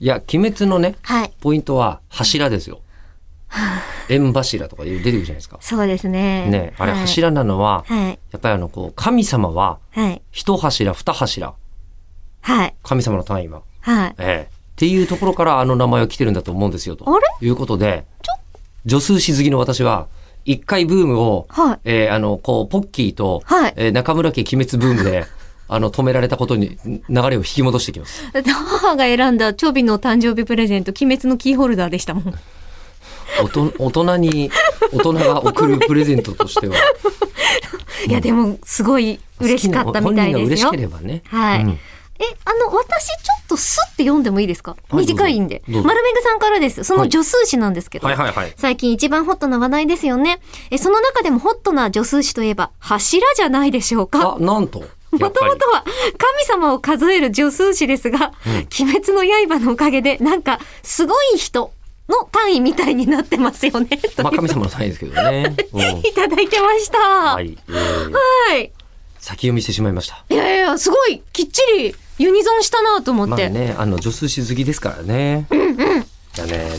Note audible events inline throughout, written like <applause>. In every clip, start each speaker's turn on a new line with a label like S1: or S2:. S1: いや、鬼滅のね、
S2: はい。
S1: ポイントは柱ですよ。縁柱とかいう出てくるじゃないですか。
S2: そうですね。
S1: ね、あれ
S2: はい。
S1: 柱なのは、
S2: はい。
S1: やっぱりあの、こう、神様は、
S2: はい。
S1: 一柱、二柱、
S2: はい。
S1: 神様の単位は。
S2: はい。
S1: ええ。っていうところからあの名前は来てるんだと思うんですよ、と
S2: あれ
S1: いうことで、女数詩好きの私は、一回ブームを、
S2: はい
S1: えーあの、こう、ポッキーと、
S2: はい
S1: えー中村家鬼滅ブームで、あの、止められたことに、流れを引き戻してきます。
S2: だって母が選んだチョビの誕生日プレゼント、鬼滅のキーホルダーでしたもん。
S1: おと大人に、大人が贈るプレゼントとしては、
S2: いや、でも、すごい嬉しかったみた
S1: 好きな本人
S2: い
S1: が
S2: で
S1: 嬉
S2: す
S1: し
S2: よ
S1: け。ればね。
S2: はい。
S1: う
S2: え
S1: ん、
S2: あの、私、ちょっとスって読んでもいいですか、
S1: はい
S2: 短いんで。
S1: どうぞどうぞ
S2: 丸めぐさんからです。その女数詞なんですけど。
S1: はいはいはい。
S2: 最近一番ホットな話題ですよね。え、その中でもホットな女数詞といえば、柱じゃないでしょうか
S1: あ、なん
S2: <laughs>
S1: と。や
S2: も
S1: っ
S2: と
S1: ぱ
S2: も
S1: り
S2: とは神様を数える女数詞ですが、鬼滅の刃のおかげで、なんか、すごい人の単位みたいになってますよね。と
S1: まあ
S2: いう
S1: 神様の単位ですけど
S2: <laughs>
S1: ね。うん
S2: いただいてました。は。
S1: はいい、えー先読みしてしまいました。
S2: いやいや、すごい、きっちりユニゾンしたなと思
S1: ま
S2: っ
S1: あ
S2: て。
S1: ね、あの、女数詩好きですからね。うんうん。ね、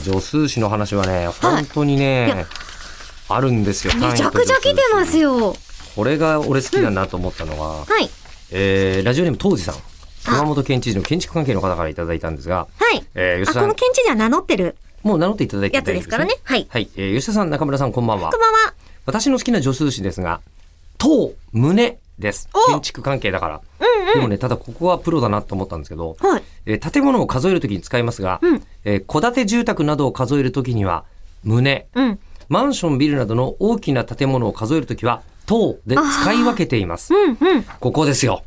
S1: 女数詩の話はね、本当に
S2: い
S1: ね
S2: や、
S1: あるんですよ。
S2: めちゃくちゃ来てます
S1: よ。
S2: よ。
S1: これが俺好きだなと思ったのが、
S2: はい。
S1: えーラジオネーム当時さん。熊本県知事の建築関係の方からいただいたんですが、
S2: はい。
S1: えー
S2: あ、
S1: 吉田
S2: こ
S1: さ
S2: の
S1: ん、
S2: 県知事は名乗ってる
S1: もう名乗っていただいて
S2: や
S1: 大丈
S2: つ
S1: 夫
S2: ですからね。。はい。
S1: はい、えー吉田さん、中村さん、こんばんは
S2: こん。ばんは。
S1: 私の好きな助数詞ですが、頭、胸です
S2: お。
S1: 建築関係だから。でもね、ただここはプロだなと思ったんですけど、
S2: はい。
S1: えー建物を数えるときに使いますが、
S2: うん
S1: えー戸建て住宅などを数えるときには、胸、
S2: うん。
S1: マンション、ビルなどの大きな建物を数えるときは、頭で使い分けています。
S2: うん。うん。
S1: ここですよ。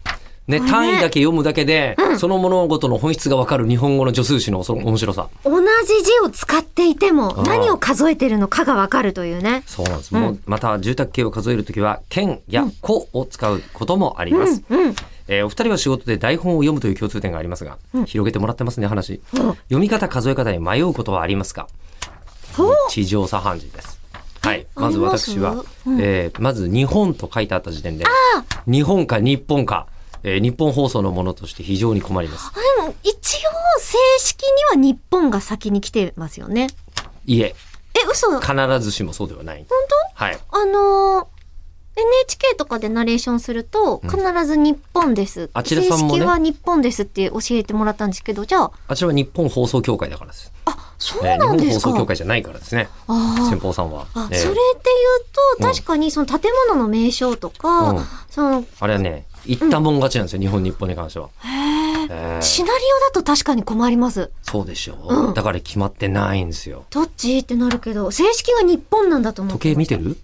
S1: ね、
S2: これね
S1: 単位だけ読むだけで、その物事の本質がわかる日本語の助数詞のその面白さ。
S2: 同じ字を使っていても
S1: あ、ー
S2: 何を数えてるのかがわかるというね。
S1: そうなんです。
S2: うん
S1: もうまた、住宅系を数えるときは、県や個を使うこともあります。
S2: うん。
S1: えーお二人は仕事で台本を読むという共通点がありますが、広げてもらってますね、話。
S2: うん
S1: 読み方、数え方に迷うことはありますか
S2: ほう。
S1: 地上茶飯事です。はい。まず
S2: あります
S1: 私は、
S2: うん
S1: えーまず日本と書いてあった時点で、日本か日本か、えー日本放送のものとして非常に困ります。
S2: でも、一応、正式には日本が先に来てますよね。
S1: いえ、
S2: え、嘘あ
S1: 必ずしもそうではない。本当はい。
S2: のー、NHK とかでナレーションすると、必ず日本です。
S1: あちらさんもね
S2: 正式は日本ですって教えてもらったんですけど、じゃあ、
S1: あちらは日本放送協会だからです。
S2: あ、そう
S1: えー
S2: な
S1: 日本
S2: んで
S1: 放
S2: すか。
S1: 送協会じゃないからですね。
S2: あー
S1: 先方さんは。
S2: あ、
S1: えー
S2: それで言うと、確かにその建物の名称とか、
S1: うん
S2: その、
S1: あれはね、言ったもん勝ちなんですよ、日本、日本に関しては。
S2: へえ、
S1: えー
S2: シナリオだと確かに困ります。
S1: そうでしょ
S2: うん
S1: だから決まってないんですよ。
S2: どっちってなるけど、正式が日本なんだと思う。
S1: 時計見てる